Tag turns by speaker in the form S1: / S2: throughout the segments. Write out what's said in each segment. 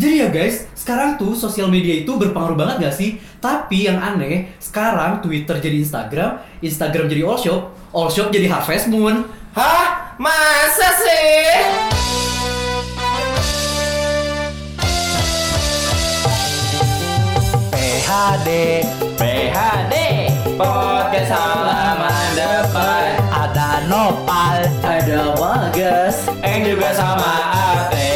S1: Jadi ya guys, sekarang tuh sosial media itu berpengaruh banget gak sih? Tapi yang aneh, sekarang Twitter jadi Instagram, Instagram jadi All Shop, All Shop jadi Harvest Moon.
S2: Hah? Masa sih?
S3: PHD
S2: PHD Podcast halaman depan
S3: ada nopal
S1: Ada bagas.
S2: Yang Eh, juga sama Ate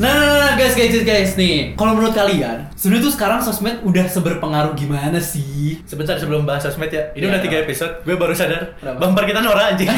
S1: Nah, guys, guys, guys, guys nih. Kalau menurut kalian, sebenarnya tuh sekarang sosmed udah seberpengaruh gimana sih?
S4: Sebentar sebelum bahas sosmed ya, ini
S1: Iya.
S4: udah tiga episode, gue baru sadar
S1: Kenapa?
S4: bumper kita norak anjing.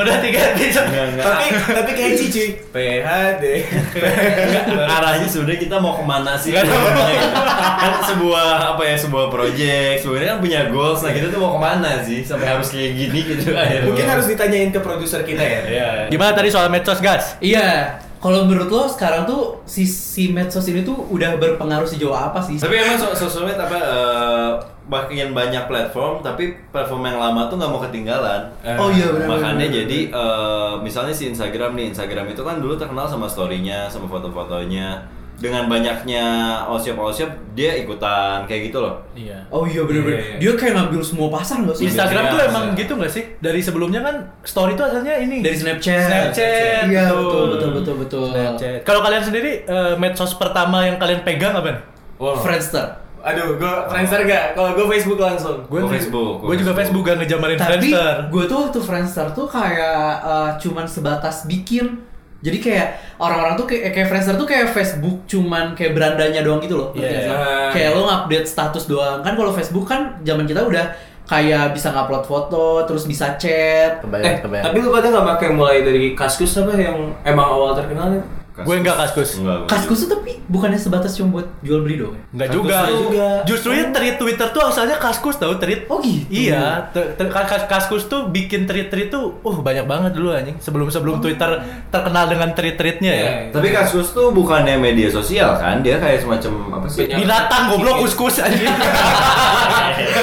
S4: udah tiga episode.
S2: Tapi, tapi kayak cici PHD
S5: arahnya sebenarnya kita mau kemana sih
S4: Nggak tahu.
S5: kan sebuah apa ya sebuah project sebenarnya kan punya goals nah kita tuh mau kemana sih sampai harus kayak gini gitu akhirnya.
S2: Mungkin harus ditanyain ke produser kita ya
S5: Iya.
S4: Gimana tadi soal medsos, guys?
S1: Iya. Kalau menurut lo sekarang tuh sisi medsos ini tuh udah berpengaruh sejauh apa sih?
S5: tapi emang so- sosmed apa eh, makin banyak platform tapi platform yang lama tuh nggak mau ketinggalan
S4: Eh,
S1: Oh iya, benar, benar,
S5: makanya jadi eh, misalnya si Instagram nih Instagram itu kan dulu terkenal sama storynya sama foto-fotonya dengan banyaknya osyop-osyop dia ikutan kayak gitu loh
S4: Iya.
S1: Oh iya bener-bener.
S2: Iya, iya.
S1: Dia kayak ngambil semua pasar nggak sih?
S4: Instagram
S5: Iya,
S4: tuh emang
S5: iya.
S4: gitu nggak sih? Dari sebelumnya kan story tuh asalnya ini.
S1: Dari Snapchat.
S4: Snapchat.
S1: Iya betul betul betul betul.
S4: Snapchat. Kalau kalian sendiri eh, medsos pertama yang kalian pegang apa nih?
S2: Wow.
S1: Friendster.
S2: Aduh, gue Friendster gak? Kalau gue Facebook langsung
S5: Gua Facebook, gua
S4: Gue juga
S5: Facebook.
S4: Facebook gak ngejamanin
S1: Tapi
S4: Friendster.
S1: gue tuh waktu Friendster tuh kayak eh, cuman sebatas bikin. Jadi kayak orang-orang tuh kayak, kayak Friendster tuh kayak Facebook cuman kayak berandanya doang gitu loh. Ngerti
S4: Iya.
S1: nggak sih? Kayak lo update status doang. Kan kalau Facebook kan zaman kita udah kayak bisa ngupload foto, terus bisa chat.
S2: Eh, tapi lu pada gak pakai mulai dari Kaskus apa yang emang awal terkenalnya?
S4: Gue nggak kaskus.
S5: Nggak, gua
S1: Kaskus tuh tapi bukannya sebatas cuma buat jual beli doang. ya?
S4: Enggak
S2: Kaskus
S4: juga.
S2: juga.
S4: Justru ya tweet Twitter tuh asalnya kaskus tau tweet.
S1: Oh, gitu.
S4: Iya, ter- ter- kas- kas- kaskus tuh bikin tweet-tweet tuh uh banyak banget dulu anjing. Sebelum-sebelum Twitter terkenal dengan tweet-tweetnya ya.
S2: Iya.
S5: Tapi kasus tuh bukannya media sosial kan? Dia kayak semacam apa sih?
S1: Iya.
S2: Penyak-
S4: Binatang goblok kus-kus anjing.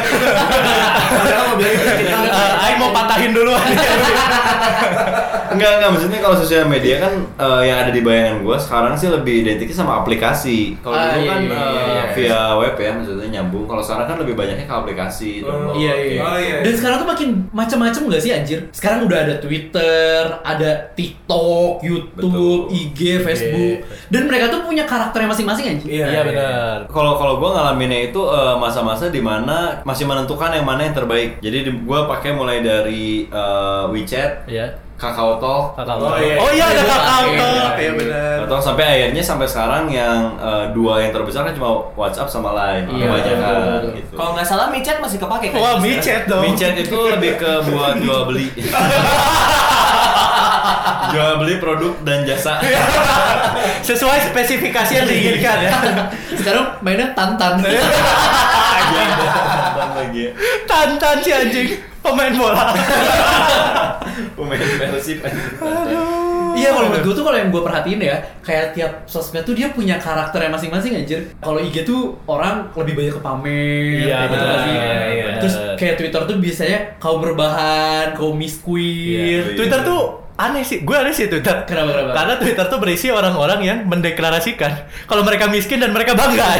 S2: Padahal mau bilang gitu.
S4: Eh, Aing mau patahin dulu anjing.
S5: Enggak, enggak maksudnya kalau sosial media kan eh, yang ada di bayangan gua sekarang sih lebih identiknya sama aplikasi. Kalau
S1: Ah,
S5: dulu
S1: iya,
S5: kan
S1: iya,
S5: eh,
S2: iya, iya.
S5: via web ya maksudnya nyambung. Kalau sekarang kan lebih banyaknya ke aplikasi. download.
S2: Iya, iya.
S5: Kayak-
S2: Oh, iya.
S1: Dan sekarang tuh makin macam-macam gak sih anjir? Sekarang udah ada Twitter, ada TikTok, YouTube,
S5: Betul.
S1: IG, Facebook. Dan mereka tuh punya karakternya masing-masing anjir.
S2: Iya,
S4: Iya benar.
S5: Kalau kalau gue ngalaminnya itu eh, masa-masa dimana masih menentukan yang mana yang terbaik. Jadi di- gua pakai mulai dari eh, WeChat,
S4: Iya.
S5: Kakao Talk,
S4: Kakak.
S2: Oh, iya.
S4: Oh iya ada
S1: Iya,
S4: kakak.
S1: iya,
S4: Talk.
S2: Iya benar.
S5: Atau sampai akhirnya sampai sekarang yang eh, dua yang terbesar kan cuma WhatsApp sama Line
S1: Iya,
S5: kebanyakan
S1: betul, betul.
S5: gitu.
S2: Kalau nggak salah micat masih kepake kan?
S4: Wah, micet dong.
S5: WeChat itu lebih ke buat jual beli. jual beli produk dan jasa.
S2: Iya.
S4: Sesuai spesifikasi yang diinginkan ya. Iya.
S1: Sekarang mainnya tantan.
S5: Anjing, bohongan lagi ya.
S4: Tantan si anjing pemain bola.
S5: Pemain fellowship.
S1: Iya kalau menurut gue tuh kalau yang gue perhatiin ya kayak tiap sosmed tuh dia punya karakternya masing-masing anjir. Kalau IG tuh orang lebih banyak ke pamer.
S4: Iya,
S1: kayak gitu
S4: benar,
S1: gak sih?
S4: iya,
S1: Terus
S4: benar.
S1: kayak Twitter tuh biasanya kaum berbahan, kaum misqueen.
S5: Iya.
S4: Twitter tuh aneh sih, gue aneh sih Twitter.
S1: Kenapa, kenapa?
S4: Karena Twitter tuh berisi orang-orang yang mendeklarasikan kalau mereka miskin dan mereka bangga.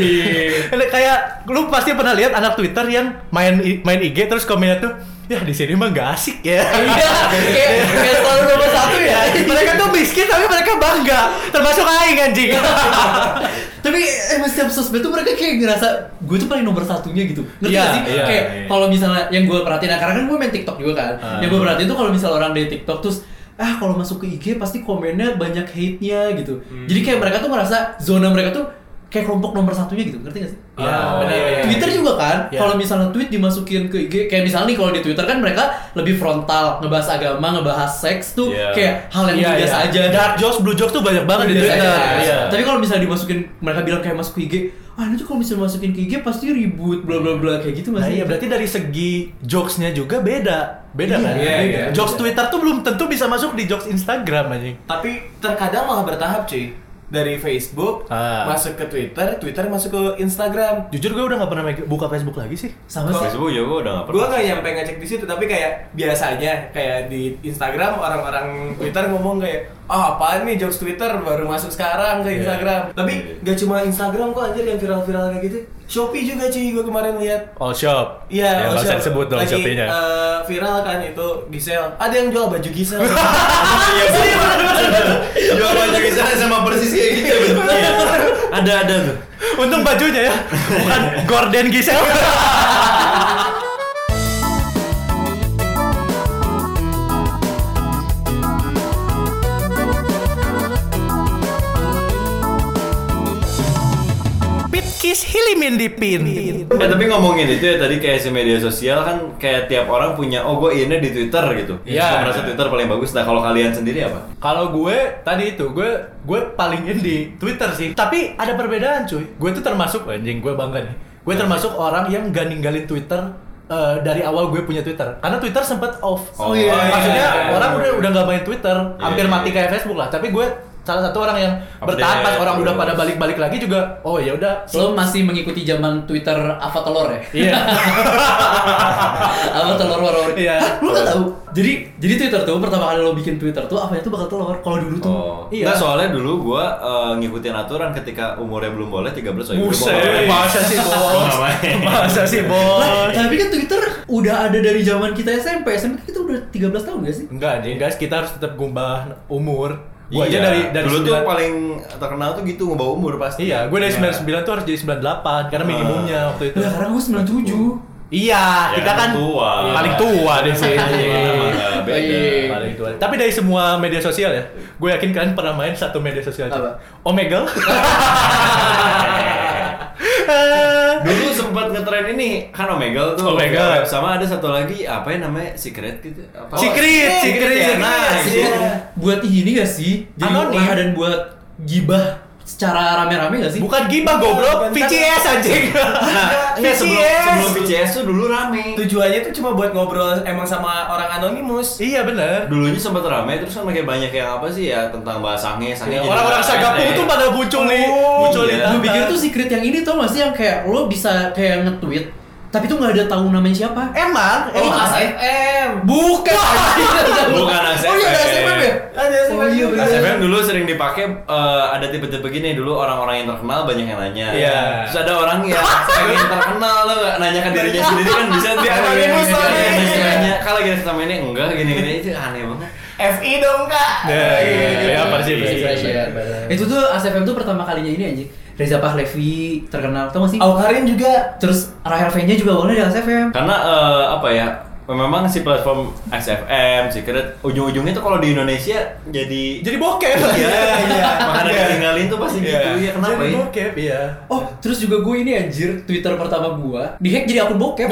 S1: Iya.
S4: Ini Kayak lu pasti pernah lihat anak Twitter yang main I- main IG terus komennya tuh, ya di sini mah gak asik ya.
S1: Iya, kayak kayak selalu nomor satu ya.
S4: mereka tuh miskin tapi mereka bangga, termasuk aing anjing.
S1: Tapi emang setiap sosmed tuh mereka kayak ngerasa gue tuh paling nomor satunya gitu. Ngerti
S4: Iya,
S1: gak sih?
S4: iya,
S1: kayak
S4: iya. Ah.
S1: kalau misalnya yang gue perhatiin, nah, karena kan gue main TikTok juga kan. Yang gue perhatiin tuh kalau misalnya orang dari TikTok terus ah kalau masuk ke IG pasti komennya banyak hate-nya gitu.
S4: Hmm.
S1: Jadi kayak mereka tuh merasa zona mereka tuh kayak kelompok nomor satunya gitu. Ngerti gak sih?
S4: Ah,
S2: Iya, benar, iya, iya.
S1: Twitter juga kan,
S4: Iya.
S1: kalau misalnya tweet dimasukin ke IG, kayak misalnya nih kalau di Twitter kan mereka lebih frontal ngebahas agama, ngebahas seks tuh
S5: Iya.
S1: kayak hal yang
S4: Iya,
S1: biasa
S4: iya.
S1: aja.
S4: Dark jokes, blue jokes tuh banyak banget di
S1: Biasa
S4: Twitter.
S1: aja.
S4: Iya.
S1: Tapi kalau misalnya dimasukin mereka bilang kayak masuk ke IG, ah nanti kalau misalnya masukin ke IG pasti ribut bla bla bla kayak gitu
S4: Nah,
S1: masih.
S4: iya berarti dari segi jokesnya juga beda. Beda
S1: Iya,
S4: kan?
S2: iya, iya.
S4: jokes Twitter tuh belum tentu bisa masuk di jokes Instagram anjing.
S2: Tapi terkadang malah bertahap cuy. dari Facebook
S4: Ah.
S2: masuk ke Twitter, Twitter masuk ke Instagram.
S4: Jujur gue udah nggak pernah meg- buka Facebook lagi sih.
S1: Sama sih.
S5: Facebook juga gue udah
S2: Gue
S5: gak pernah.
S2: nggak nyampe ngecek di situ, tapi kayak biasanya kayak di Instagram orang-orang Twitter ngomong kayak, ah apaan nih jokes Twitter baru masuk sekarang ke Instagram. Tapi
S5: Iya.
S2: nggak cuma Instagram kok anjir yang viral-viral kayak gitu. Shopee juga cuy, gue kemarin lihat.
S4: All shop.
S2: Iya,
S4: Ya,
S2: oh,
S4: nggak usah
S2: siap.
S4: disebut dong
S2: Lagi,
S4: shopee-nya.
S2: eh, viral kan itu Gisel. Ada yang jual baju Gisel.
S5: Iya, Jawabannya bisa sama persis kayak gitu. Iya. Ada ada tuh.
S4: Untung bajunya ya, bukan Gordon Gisel. Pitkis Hilimin di pin.
S5: Eh tapi ngomongin itu ya tadi kayak si media sosial kan kayak tiap orang punya oh gue ini di Twitter gitu.
S4: Iya.
S5: Saya merasa Twitter paling bagus. Nah kalau kalian sendiri apa?
S4: Kalau gue tadi itu gue gue palingin di Twitter sih. Tapi ada perbedaan cuy. Gue tuh termasuk anjing gue bangga nih. Gue termasuk orang yang gak ninggalin Twitter eh, dari awal gue punya Twitter. Karena Twitter sempet off.
S5: Oh, iya, iya,
S4: Maksudnya
S2: iya.
S4: orang udah udah nggak main Twitter, hampir
S5: iya.
S4: mati kayak Facebook lah. Tapi gue salah satu orang yang bertahan pas orang udah pada
S5: terus.
S4: balik-balik lagi juga. Oh ya udah.
S1: Lo masih mengikuti zaman Twitter Avatelor ya?
S4: Iya.
S1: apa telur warna warni
S4: Iya.
S1: Hah, lu gak tahu jadi jadi twitter tuh pertama kali lo bikin twitter tuh apa itu bakal telur kalau dulu tuh
S5: Oh.
S1: iya
S5: Nah, soalnya dulu gue ngikutin aturan ketika umurnya belum boleh 13 atau
S4: Buset, masa sih bos? Masa sih
S1: Lah,
S4: bos?
S1: tapi kan twitter udah ada dari zaman kita SMP SMP kita udah 13 tahun gak sih
S4: Enggak deh, guys, kita harus tetap gumbah umur. Gue
S5: iya.
S4: aja dari dari
S5: dulu tuh
S4: 9
S5: paling terkenal tuh gitu ngebawa umur pasti.
S4: Iya, gue dari 99 tuh harus jadi 98 karena minimumnya waktu itu.
S1: Lah, sekarang gue 97
S4: Iya,
S5: Ya,
S4: kita kan
S5: kan tua.
S4: paling tua di sini.
S5: Emang nggak beda.
S1: Iya.
S4: Paling tua. Tapi dari semua media sosial ya, gue yakin kalian pernah main satu media sosial.
S1: Apa?
S4: Omegle.
S5: Dulu sempat ngetren ini kan Omegle tuh.
S4: Omegle.
S5: Sama ada satu lagi apa yang namanya Secret gitu. Apa?
S4: Secret, secret,
S5: ya, nah,
S4: secret.
S5: gitu.
S1: Eh, buat ini gak sih jadi
S4: Anonim.
S1: wah, dan buat gibah secara rame-rame gak sih
S4: Bukan gibah goblok, VCS anjing.
S5: Nah, enggak, sebelum
S4: VCS.
S5: sebelum VCS tuh dulu rame.
S2: Tujuannya tuh cuma buat ngobrol emang sama orang anonimus.
S4: Iya bener.
S5: Dulunya sempat rame terus kan makin banyak yang apa sih ya tentang bahasa sange, sange. jadi
S4: Iya, Orang-orang
S5: bahasa
S4: Sagapung
S5: aneh.
S4: tuh pada muncul nih, muncul di Eh.
S5: iya.
S1: gue
S4: tata.
S1: pikir tuh secret yang ini tau gak sih yang kayak lo bisa kayak nge-tweet tapi tuh gak ada tahu namanya siapa
S4: Emang,
S1: Oh,
S4: emang-
S2: ASFM.
S1: Bukan.
S5: Bukan
S1: Oh iya, ada
S5: ASFM.
S1: SFM ya?
S2: Ada
S1: Oh iya, bener.
S2: juga.
S5: SFM Nah, dulu sering dipakai eh, ada tipe-tipe gini dulu orang-orang yang terkenal banyak yang nanya.
S4: Iya.
S5: Terus ada orang yang pengen terkenal lo nggak nanya ke dirinya sendiri kan bisa dia
S2: Iya,
S5: anonimus
S2: iya,
S5: soalnya.
S2: iya,
S5: Nanya,
S2: iya.
S5: nanya. Kalau kita sama ini enggak gini-gini itu aneh banget.
S2: FI dong kak.
S4: Ya, iya,
S2: Eh,
S4: iya,
S5: iya,
S4: apa sih?
S5: iya,
S4: Iya,
S1: Fresh
S4: iya.
S1: Air. Itu tuh ASFM tuh pertama kalinya ini anjing. Reza Pahlevi terkenal tau gak sih?
S2: Aukarin juga.
S1: Terus Rahel V-nya juga awalnya di ASFM.
S5: Karena eh, apa ya? Memang si platform SFM, Secret, ujung-ujungnya tuh kalau di Indonesia jadi
S4: Jadi bokep.
S5: Makanan ditinggalin tuh pasti
S4: Iya.
S5: gitu. Iya, kenapa
S4: Jadi
S5: ya?
S4: bokep, iya.
S1: Oh, terus juga gue ini anjir, Twitter pertama gue dihack jadi akun bokep.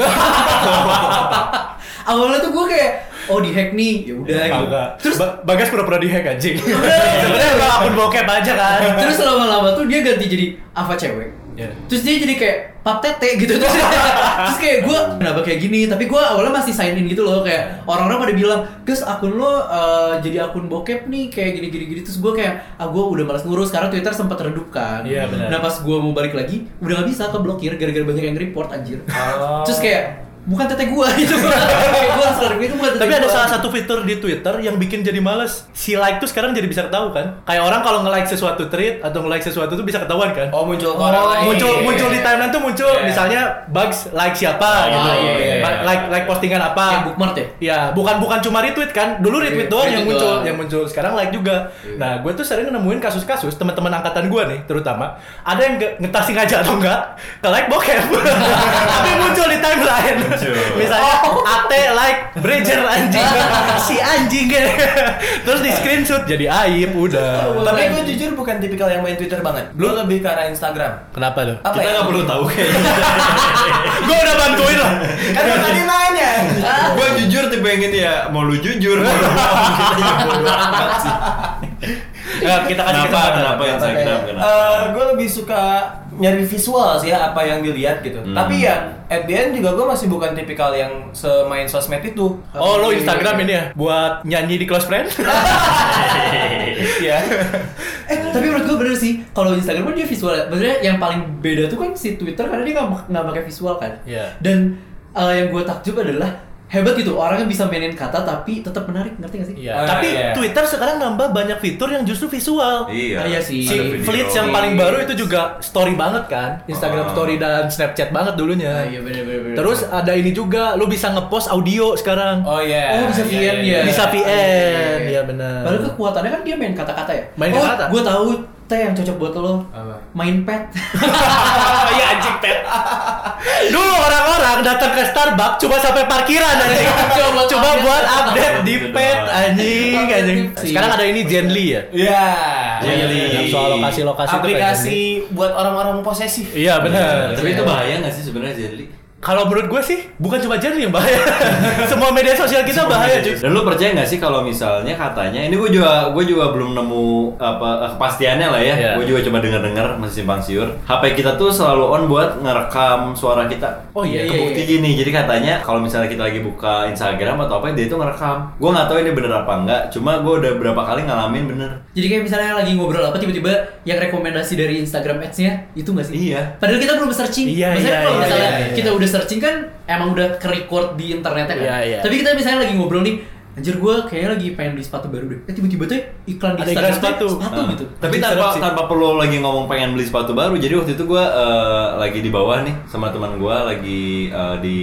S1: Awalnya tuh gue kayak, oh dihack nih, ya udah gitu.
S4: Terus Bagas pura-pura dihack anjing. Sebenarnya udah akun bokep aja kan.
S1: Terus lama-lama tuh dia ganti jadi apa cewek.
S4: Iya.
S1: Terus dia jadi kayak pap tete gitu terus, terus kayak gue kenapa kayak gini tapi gue awalnya masih sign in gitu loh kayak orang-orang pada bilang guys akun lo eh, jadi akun bokep nih kayak gini gini gini terus gue kayak ah gue udah malas ngurus karena twitter sempat redup kan
S4: Iya, benar.
S1: nah pas gue mau balik lagi udah gak bisa keblokir gara-gara banyak yang report anjir
S4: Oh.
S1: terus kayak bukan tete gue gitu kayak gue harus gue itu bukan tete
S4: Tapi ada
S1: gua."
S4: salah satu fitur di Twitter yang bikin jadi males. Si like tuh sekarang jadi bisa ketahuan kan? Kayak orang kalau nge-like sesuatu tweet atau nge-like sesuatu tuh bisa ketahuan kan?
S2: Oh muncul ke orang lain.
S4: muncul muncul di timeline tuh muncul
S2: Iya.
S4: misalnya bugs like siapa gitu.
S1: iya, iya,
S2: iya.
S4: Like like postingan apa?
S1: Yang bookmark ya?
S4: Iya, bukan bukan cuma retweet kan. Dulu
S5: Iya,
S1: Retweet
S4: retweet doang yang
S1: doang.
S4: muncul, yang muncul sekarang like juga. Nah, gue tuh sering nemuin kasus-kasus teman-teman angkatan gue nih, terutama ada yang nge- ngetah sengaja atau enggak ke like bokep, tapi muncul di timeline.
S5: Muncul.
S4: Misalnya AT like Bridger anjing, si anjing Terus di screenshot jadi aib udah.
S2: Tapi gue jujur bukan tipikal yang main Twitter banget. Belum lebih ke arah Instagram.
S4: Kenapa lo?
S2: Apa
S5: Kita
S2: ya?
S5: nggak perlu tahu kayaknya.
S4: Gue udah bantuin lah.
S2: Kan lu tadi nanya.
S5: gue jujur tuh pengen ya mau lu jujur mau lu Iya, bohong kita juga bodo amat sih.
S4: Nah, kita kasih
S5: kenapa
S4: kesempatan.
S5: kenapa ya? Instagram kenapa
S2: gue Eh, lebih suka nyari visual sih ya apa yang dilihat gitu.
S5: Hmm.
S2: Tapi ya at the end juga gue masih bukan tipikal yang semain sosmed itu.
S4: Oh lo Instagram ini ya buat nyanyi di close friend?
S2: ya.
S1: Eh, tapi menurut gue bener sih, kalau Instagram kan dia visual. ya. Maksudnya yang paling beda tuh kan si Twitter karena dia nggak nggak pakai visual kan.
S4: Iya.
S1: Dan eh, yang gue takjub adalah hebat gitu orang yang bisa mainin kata tapi tetap menarik, ngerti gak sih?
S4: Iya.
S2: Ah,
S4: Tapi
S2: iya.
S4: Twitter sekarang nambah banyak fitur yang justru visual.
S5: Iya.
S1: Ah, iya sih.
S4: Si
S5: Ada video.
S4: Fleets yang paling baru itu juga story banget kan, Instagram
S5: Ah.
S4: story dan Snapchat banget dulunya.
S1: Ah, iya bener bener. bener.
S4: Terus ada ini juga, lu bisa ngepost audio sekarang.
S2: Oh iya.
S1: Oh bisa VN
S2: Iya, iya,
S1: ya.
S4: Bisa
S1: Iya,
S4: VN, iya benar.
S1: Padahal kekuatannya kan dia main kata-kata ya.
S4: Main
S1: oh,
S4: kata-kata.
S1: Gue tahu teh yang cocok buat lo.
S2: Apa?
S1: Main pet.
S4: Iya anjing pet. Dulu orang-orang datang ke Starbucks cuma sampai parkiran anjing. Cuma, cuma buat update di pet anjing anjing. Sekarang ada ini Genly ya.
S2: Iya.
S5: Jelly.
S4: Yang Soal lokasi-lokasi tuh iya. kayak
S2: Aplikasi buat orang-orang posesif.
S4: Genly. Iya benar.
S5: Tapi itu bahaya nggak sih sebenarnya Jelly?
S4: Kalau menurut gue sih bukan cuma Genly yang bahaya. Semua media sosial kita bahaya cuy.
S5: Dan lu percaya nggak sih kalau misalnya katanya ini gue juga gue juga belum nemu apa eh, kepastiannya lah ya.
S4: Iya.
S5: Gue juga cuma dengar-dengar masih simpang siur. HP kita tuh selalu on buat ngerekam suara kita. Ya,
S4: Oh iya, iya,
S5: Kebukti gini. Jadi katanya kalau misalnya kita lagi buka Instagram atau apa dia itu ngerekam. Gue nggak tahu ini bener apa enggak. Cuma gue udah berapa kali ngalamin bener.
S1: Jadi kayak misalnya lagi ngobrol apa tiba-tiba yang rekomendasi dari Instagram ads-nya itu nggak sih?
S5: Iya.
S1: Padahal kita belum searching.
S4: Iya,
S1: Maksudnya
S4: iya,
S1: kalau
S4: iya,
S1: misalnya
S4: iya, iya.
S1: kita udah searching kan emang udah ke-record di internetnya kan.
S4: Iya, iya.
S1: Tapi kita misalnya lagi ngobrol nih, anjir gue kayaknya lagi pengen beli sepatu baru deh. Eh tiba-tiba tuh iklan di
S4: Ada
S1: Instagram
S4: iklan sepatu.
S1: tuh,
S4: Ah.
S1: sepatu
S5: Nah,
S1: gitu.
S5: Tapi
S4: Anjing,
S5: tanpa
S4: serem sih.
S5: tanpa perlu lagi ngomong pengen beli sepatu baru. Jadi waktu itu gua eh, lagi di bawah nih sama teman gua lagi eh, di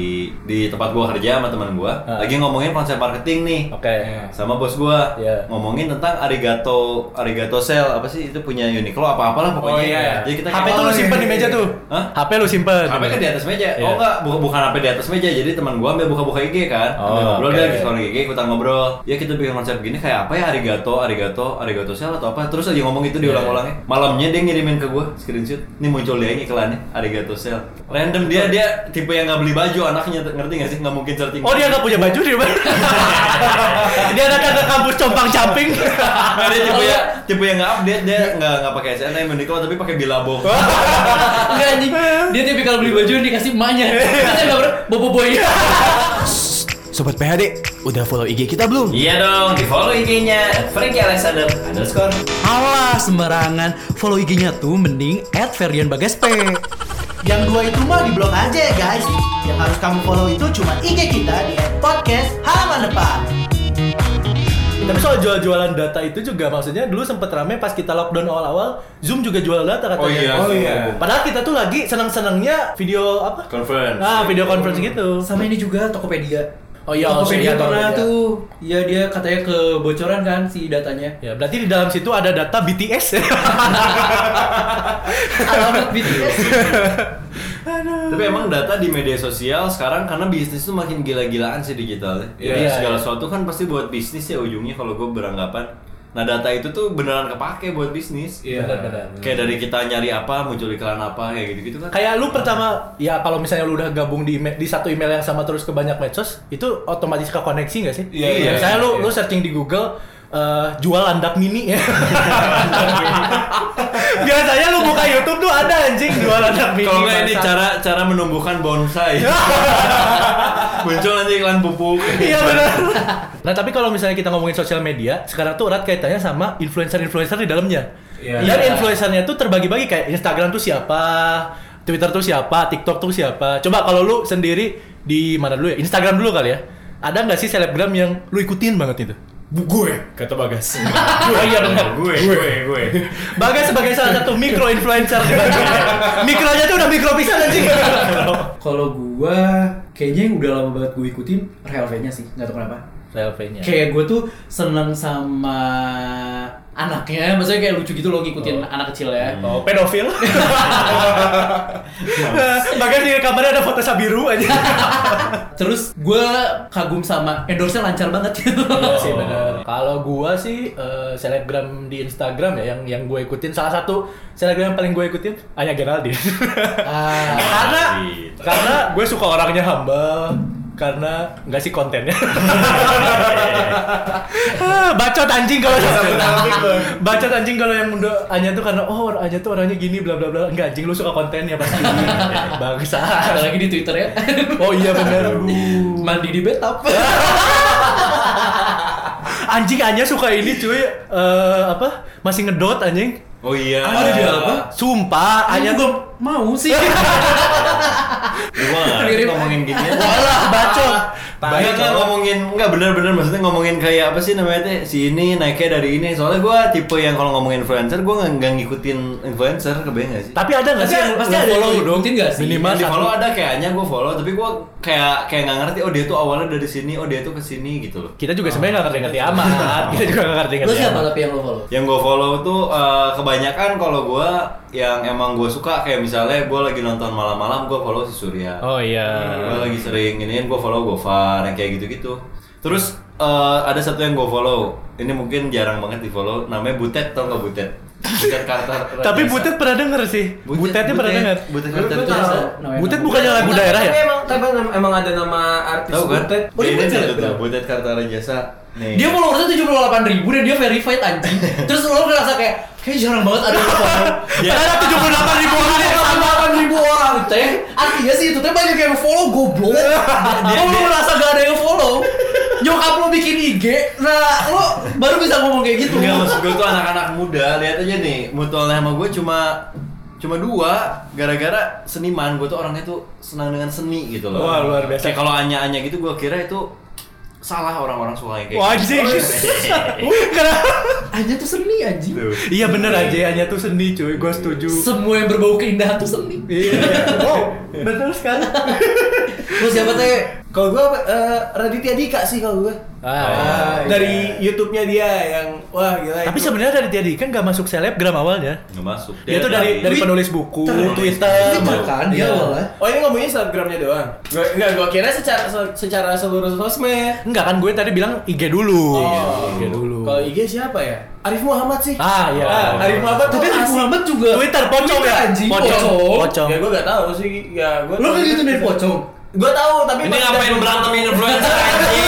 S5: di tempat gua kerja sama teman gua
S4: Ah.
S5: lagi ngomongin konsep marketing nih.
S4: Oke.
S5: Sama bos gua
S4: Iya.
S5: ngomongin tentang arigato arigato sale apa sih itu punya Uniqlo apa apalah pokoknya.
S2: Oh, iya.
S5: Jadi kita
S4: HP
S5: kayak-
S4: tuh lu simpen di meja tuh.
S5: Hah?
S4: HP lu simpen.
S5: HP kan di atas meja.
S4: Iya.
S5: Oh enggak, bukan bukan HP di atas meja. Jadi teman gua ambil buka-buka IG kan.
S4: Oh,
S5: Ambil ngobrol
S4: oke.
S5: dia lagi scroll IG, ikutan ngobrol. Ya kita bikin konsep gini kayak apa ya arigato, arigato, arigato sel atau apa. Terus aja ngomong
S4: Iya,
S5: itu diulang-ulangnya. Malamnya dia ngirimin ke gua screenshot. Ini muncul dia iklannya arigato sel. Random dia dia tipe yang nggak beli baju anaknya ngerti nggak sih? Nggak mungkin searching.
S4: Oh dia nggak punya baju dia. Bang. dia datang ke kampus compang camping.
S5: Nah, dia
S4: Oh, iya.
S5: tipe yang tipe yang nggak update dia nggak nggak pakai SNM Uniqlo tapi pakai Bilabo.
S1: Enggak anjing. Dia tipikal beli baju yang dikasih emaknya.
S4: Iya.
S1: Kita enggak pernah bobo boy.
S3: Sobat PHD, udah follow IG kita belum?
S5: Iya dong, di follow IG-nya Frankie Alexander underscore.
S1: Alah sembarangan. Follow IG-nya tuh mending @ferdianbagasp.
S3: Yang dua itu mah di blog aja ya guys. Yang harus kamu follow itu cuma IG kita di podcast halaman depan.
S4: Tapi soal jual-jualan data itu juga maksudnya dulu sempet rame pas kita lockdown awal-awal Zoom juga jual data katanya.
S5: Oh iya.
S2: Oh iya.
S4: Padahal kita tuh lagi senang-senangnya video apa?
S5: Conference.
S4: Nah, video conference gitu.
S1: sama ini juga Tokopedia.
S4: Oh iya,
S1: Tokopedia
S4: oh iya,
S1: pernah
S4: Tokopedia.
S1: tuh. Iya dia katanya kebocoran kan si datanya.
S4: Ya, berarti di dalam situ ada data BTS.
S1: Alamat BTS.
S5: Tapi emang data di media sosial sekarang karena bisnis tuh makin gila-gilaan sih digitalnya.
S2: Iya,
S5: Jadi
S4: iya,
S5: segala
S4: iya.
S5: sesuatu kan pasti buat bisnis ya ujungnya kalau gue beranggapan. Nah data itu tuh beneran kepake buat bisnis.
S2: Iya.
S4: Benar-benar.
S5: Kayak dari kita nyari apa, muncul iklan apa, kayak gitu-gitu kan.
S4: Kayak lu pertama ya kalau misalnya lu udah gabung di email- di satu email yang sama terus ke banyak medsos, itu otomatis ke koneksi nggak sih?
S2: Iya,
S5: iya,
S4: Misalnya
S2: iya.
S4: lu lu searching di Google eh, jual landak mini ya. Biasanya lu buka YouTube tuh ada anjing jual landak mini.
S5: Kalau nggak ini
S4: bangsa.
S5: cara cara menumbuhkan bonsai. muncul nanti iklan pupuk.
S4: Iya benar. Nah tapi kalau misalnya kita ngomongin sosial media, sekarang tuh erat kaitannya sama influencer-influencer di dalamnya.
S2: Iya.
S4: Dan
S2: Iya.
S4: influencernya tuh terbagi-bagi kayak Instagram tuh siapa, Twitter tuh siapa, TikTok tuh siapa. Coba kalau lu sendiri di mana dulu ya? Instagram dulu kali ya. Ada nggak sih selebgram yang lu ikutin banget itu?
S2: Gue kata Bagas.
S4: Gue iya benar.
S5: gue, gue, gue.
S4: Bagas sebagai salah satu mikro influencer di Bandung. Mikronya tuh udah mikro pisan anjing.
S1: Kalau gua kayaknya yang udah lama banget gue ikutin Relve-nya sih, nggak tahu kenapa.
S4: Selfie-nya.
S1: Kayak gue tuh seneng sama anaknya, maksudnya kayak lucu gitu loh ngikutin anak kecil ya.
S4: Oh, pedofil. Bagas di kamarnya ada foto Sabiru aja.
S1: Terus gua kagum sama endorse-nya lancar banget gitu.
S4: Iya sih bener. Kalau gua sih eh, selebgram di Instagram ya yang yang gue ikutin salah satu selebgram yang paling gue ikutin Anya Geraldine.
S5: Nah,
S1: Ah.
S4: karena
S5: Geraldine.
S4: karena gue suka orangnya humble karena nggak sih kontennya. Ah, Bacot anjing kalau Bacot anjing kalau yang mundur Anya tuh karena oh Anya tuh orangnya gini bla bla bla. Enggak anjing lu suka kontennya pasti. Bangsa.
S1: Ada lagi di Twitter ya.
S4: Oh iya bener.
S1: Mandi di bathtub.
S4: anjing hanya suka ini cuy eh, apa masih ngedot anjing
S5: Oh
S4: Ah.
S5: iya.
S1: Ada di apa?
S4: sumpah
S1: Hanya
S4: hanya
S1: juga mau sih.
S5: Gua nggak ngerti
S1: Mirip.
S5: ngomongin gini.
S4: walah bacot
S5: Enggak enggak ngomongin enggak bener-bener maksudnya ngomongin kayak apa sih namanya teh si ini naiknya dari ini. Soalnya gua tipe yang kalau ngomongin influencer gua nggak- nggak ngikutin influencer kebayang gak sih?
S4: tapi ada nggak sih
S1: Pasti-
S4: yang
S1: pasti
S4: yang
S1: ada yang
S4: follow dong
S1: ngikutin nggak sih?
S4: minimal
S5: Yang di
S4: satu.
S5: follow ada kayaknya gua follow tapi gua kayak kayak nggak ngerti oh dia tuh awalnya dari sini oh dia tuh ke sini gitu loh.
S4: kita juga sebenarnya nggak ngerti ngerti amat kita juga nggak ngerti
S1: Lu
S4: ngerti
S1: siapa
S4: amat
S1: tapi yang lo follow?
S5: Yang gue follow tuh eh, kebanyakan kalau gue yang emang gue suka kayak misalnya gue lagi nonton malam-malam gue follow si Surya.
S4: oh iya
S5: Gue lagi sering ini gue follow Gofar yang kayak gitu-gitu. Terus eh, ada satu yang gue follow. Ini mungkin jarang banget di follow. Namanya Butet tau nggak Butet? Butet Kartar.
S4: tapi butet pernah denger sih butetnya pernah denger
S5: Butet
S2: Gua-
S5: Kartar
S2: gua
S5: Raja.
S2: tahu.
S1: Namanya
S4: butet
S1: nama.
S4: bukannya lagu daerah ya Iya,
S2: Tapi emang, tapi emang- emang ada nama artis
S5: Tahu kan?
S2: Butet.
S1: Oh, dia
S5: Ini
S1: Butet
S5: tuh,
S1: ya?
S5: tuh, Butet Kartar Jasa. Nih.
S1: Dia followersnya tujuh puluh delapan ribu dan dia verified anjing. Terus lo ngerasa kayak kayak jarang banget ada yang follow.
S4: ada tujuh puluh delapan ribu orang yang sama
S1: Delapan ribu orang teh. Artinya sih itu teh banyak yang follow goblok. Oh, Lo lu merasa gak ada yang follow. Nyokap lo bikin IG, nah lo baru bisa ngomong kayak gitu.
S5: Enggak maksud gue tuh anak-anak muda lihat aja nih mutualnya sama gue cuma cuma dua gara-gara seniman gue tuh orangnya tuh senang dengan seni gitu loh.
S4: Wah, luar biasa.
S5: Kayak kalau anya-anya gitu gue kira itu salah orang-orang suka yang kayak
S4: Wah,
S5: gitu.
S4: anjing. Kenapa?
S1: Hanya tuh seni anjing.
S5: Tuh.
S4: Iya bener aja, hanya tuh seni cuy, gue setuju.
S1: Semua yang berbau keindahan tuh seni.
S4: Iya, wow, betul sekali.
S1: Lo siapa teh?
S2: Kalau gue eh, Raditya Dika sih kalau gue.
S5: Ah,
S2: dari YouTube-nya dia yang wah gila.
S4: iya. Tapi
S2: itu.
S4: sebenarnya dari Tiadi kan gak masuk selebgram awalnya.
S5: Nggak masuk.
S4: Dia, tuh dari dari penulis buku,
S5: Twitter.
S4: Twitter,
S1: Twitter kan dia
S4: Iya.
S1: awalnya.
S2: Oh ini ngomongin Instagramnya doang? Gue enggak, gue kira secara secara seluruh sosmed.
S4: Enggak kan gue tadi bilang IG dulu.
S2: Oh.
S4: IG Iya, dulu.
S2: Kalau IG siapa ya? Arif Muhammad sih.
S4: Ah, iya.
S2: Arif Muhammad
S1: Tapi
S2: tuh
S1: Arif
S2: asik.
S1: Muhammad juga.
S4: Twitter pocong ya?
S1: anjing.
S4: Pocong.
S1: Pocong.
S4: Pocong.
S2: Ya gue gak tahu sih. Ya gue.
S1: Lo kayak gitu dari pocong.
S2: Gue tahu tapi
S5: Ini
S2: pas-
S5: ngapain berantemin influencer anjing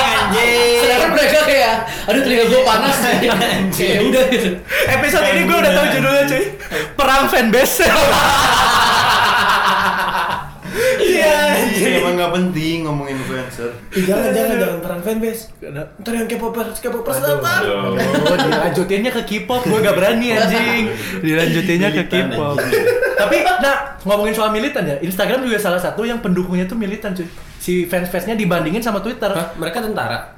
S5: anjing.
S1: Sedangkan mereka kayak, aduh telinga gue panas nih. Kayak udah gitu.
S4: Episode ini gue udah tahu judulnya cuy. Perang fanbase.
S5: Iya. anjing. Emang nggak penting ngomongin influencer.
S2: Ih, jangan jangan jangan perang fanbase. Ntar yang K-popers K-popers apa?
S4: Oh, dilanjutinnya ke K-pop, gue gak berani anjing. Dilanjutinnya ke
S5: Militan,
S4: K-pop.
S5: anjing.
S4: Tapi, nah ngomongin soal militan ya, Instagram juga salah satu yang pendukungnya tuh militan cuy. Si fans-fansnya dibandingin sama Twitter.
S2: Mereka tentara.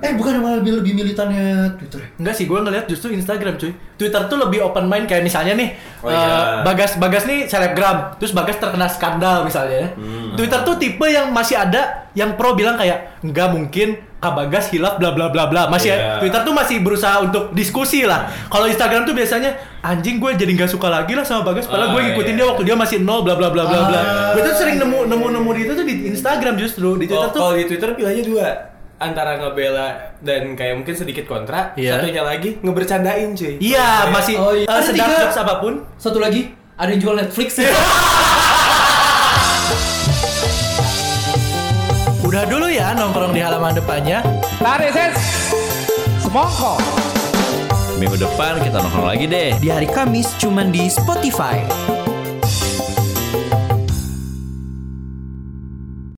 S5: Iya.
S1: Eh bukan malah lebih lebih militannya Twitter. ya?
S4: Enggak sih, gue ngeliat justru Instagram cuy. Twitter tuh lebih open mind kayak misalnya nih,
S5: Oh, iya.
S4: eh, Bagas Bagas nih selebgram, terus Bagas terkena skandal misalnya. ya.
S5: Hmm.
S4: Twitter tuh tipe yang masih ada yang pro bilang kayak nggak mungkin Kak Bagas hilaf bla bla bla bla. Masih ya,
S5: Iya.
S4: Twitter tuh masih berusaha untuk diskusi lah. Kalau Instagram tuh biasanya anjing gue jadi nggak suka lagi lah sama Bagas, padahal
S5: Ah,
S4: gue
S5: iya.
S4: ngikutin
S5: Ah.
S4: dia waktu dia masih nol bla bla bla bla bla. Gue tuh sering nemu nemu nemu di itu tuh di Instagram justru di Twitter
S5: Oh,
S2: Kalau
S4: tuh.
S2: Oh, kalau di Twitter pilihannya dua antara ngebela dan kayak mungkin sedikit kontra,
S4: Iya.
S2: satunya lagi ngebercandain cuy.
S4: Iya, masih
S1: Oh, iya.
S4: eh,
S1: Ada
S4: sedap
S1: tiga.
S4: jokes apapun.
S1: Satu lagi ada yang jual Netflix. ya?
S4: Udah dulu ya nongkrong di halaman depannya.
S6: Tarik ses Semongko
S5: Minggu depan kita nongkrong lagi deh.
S6: Di hari Kamis cuman di Spotify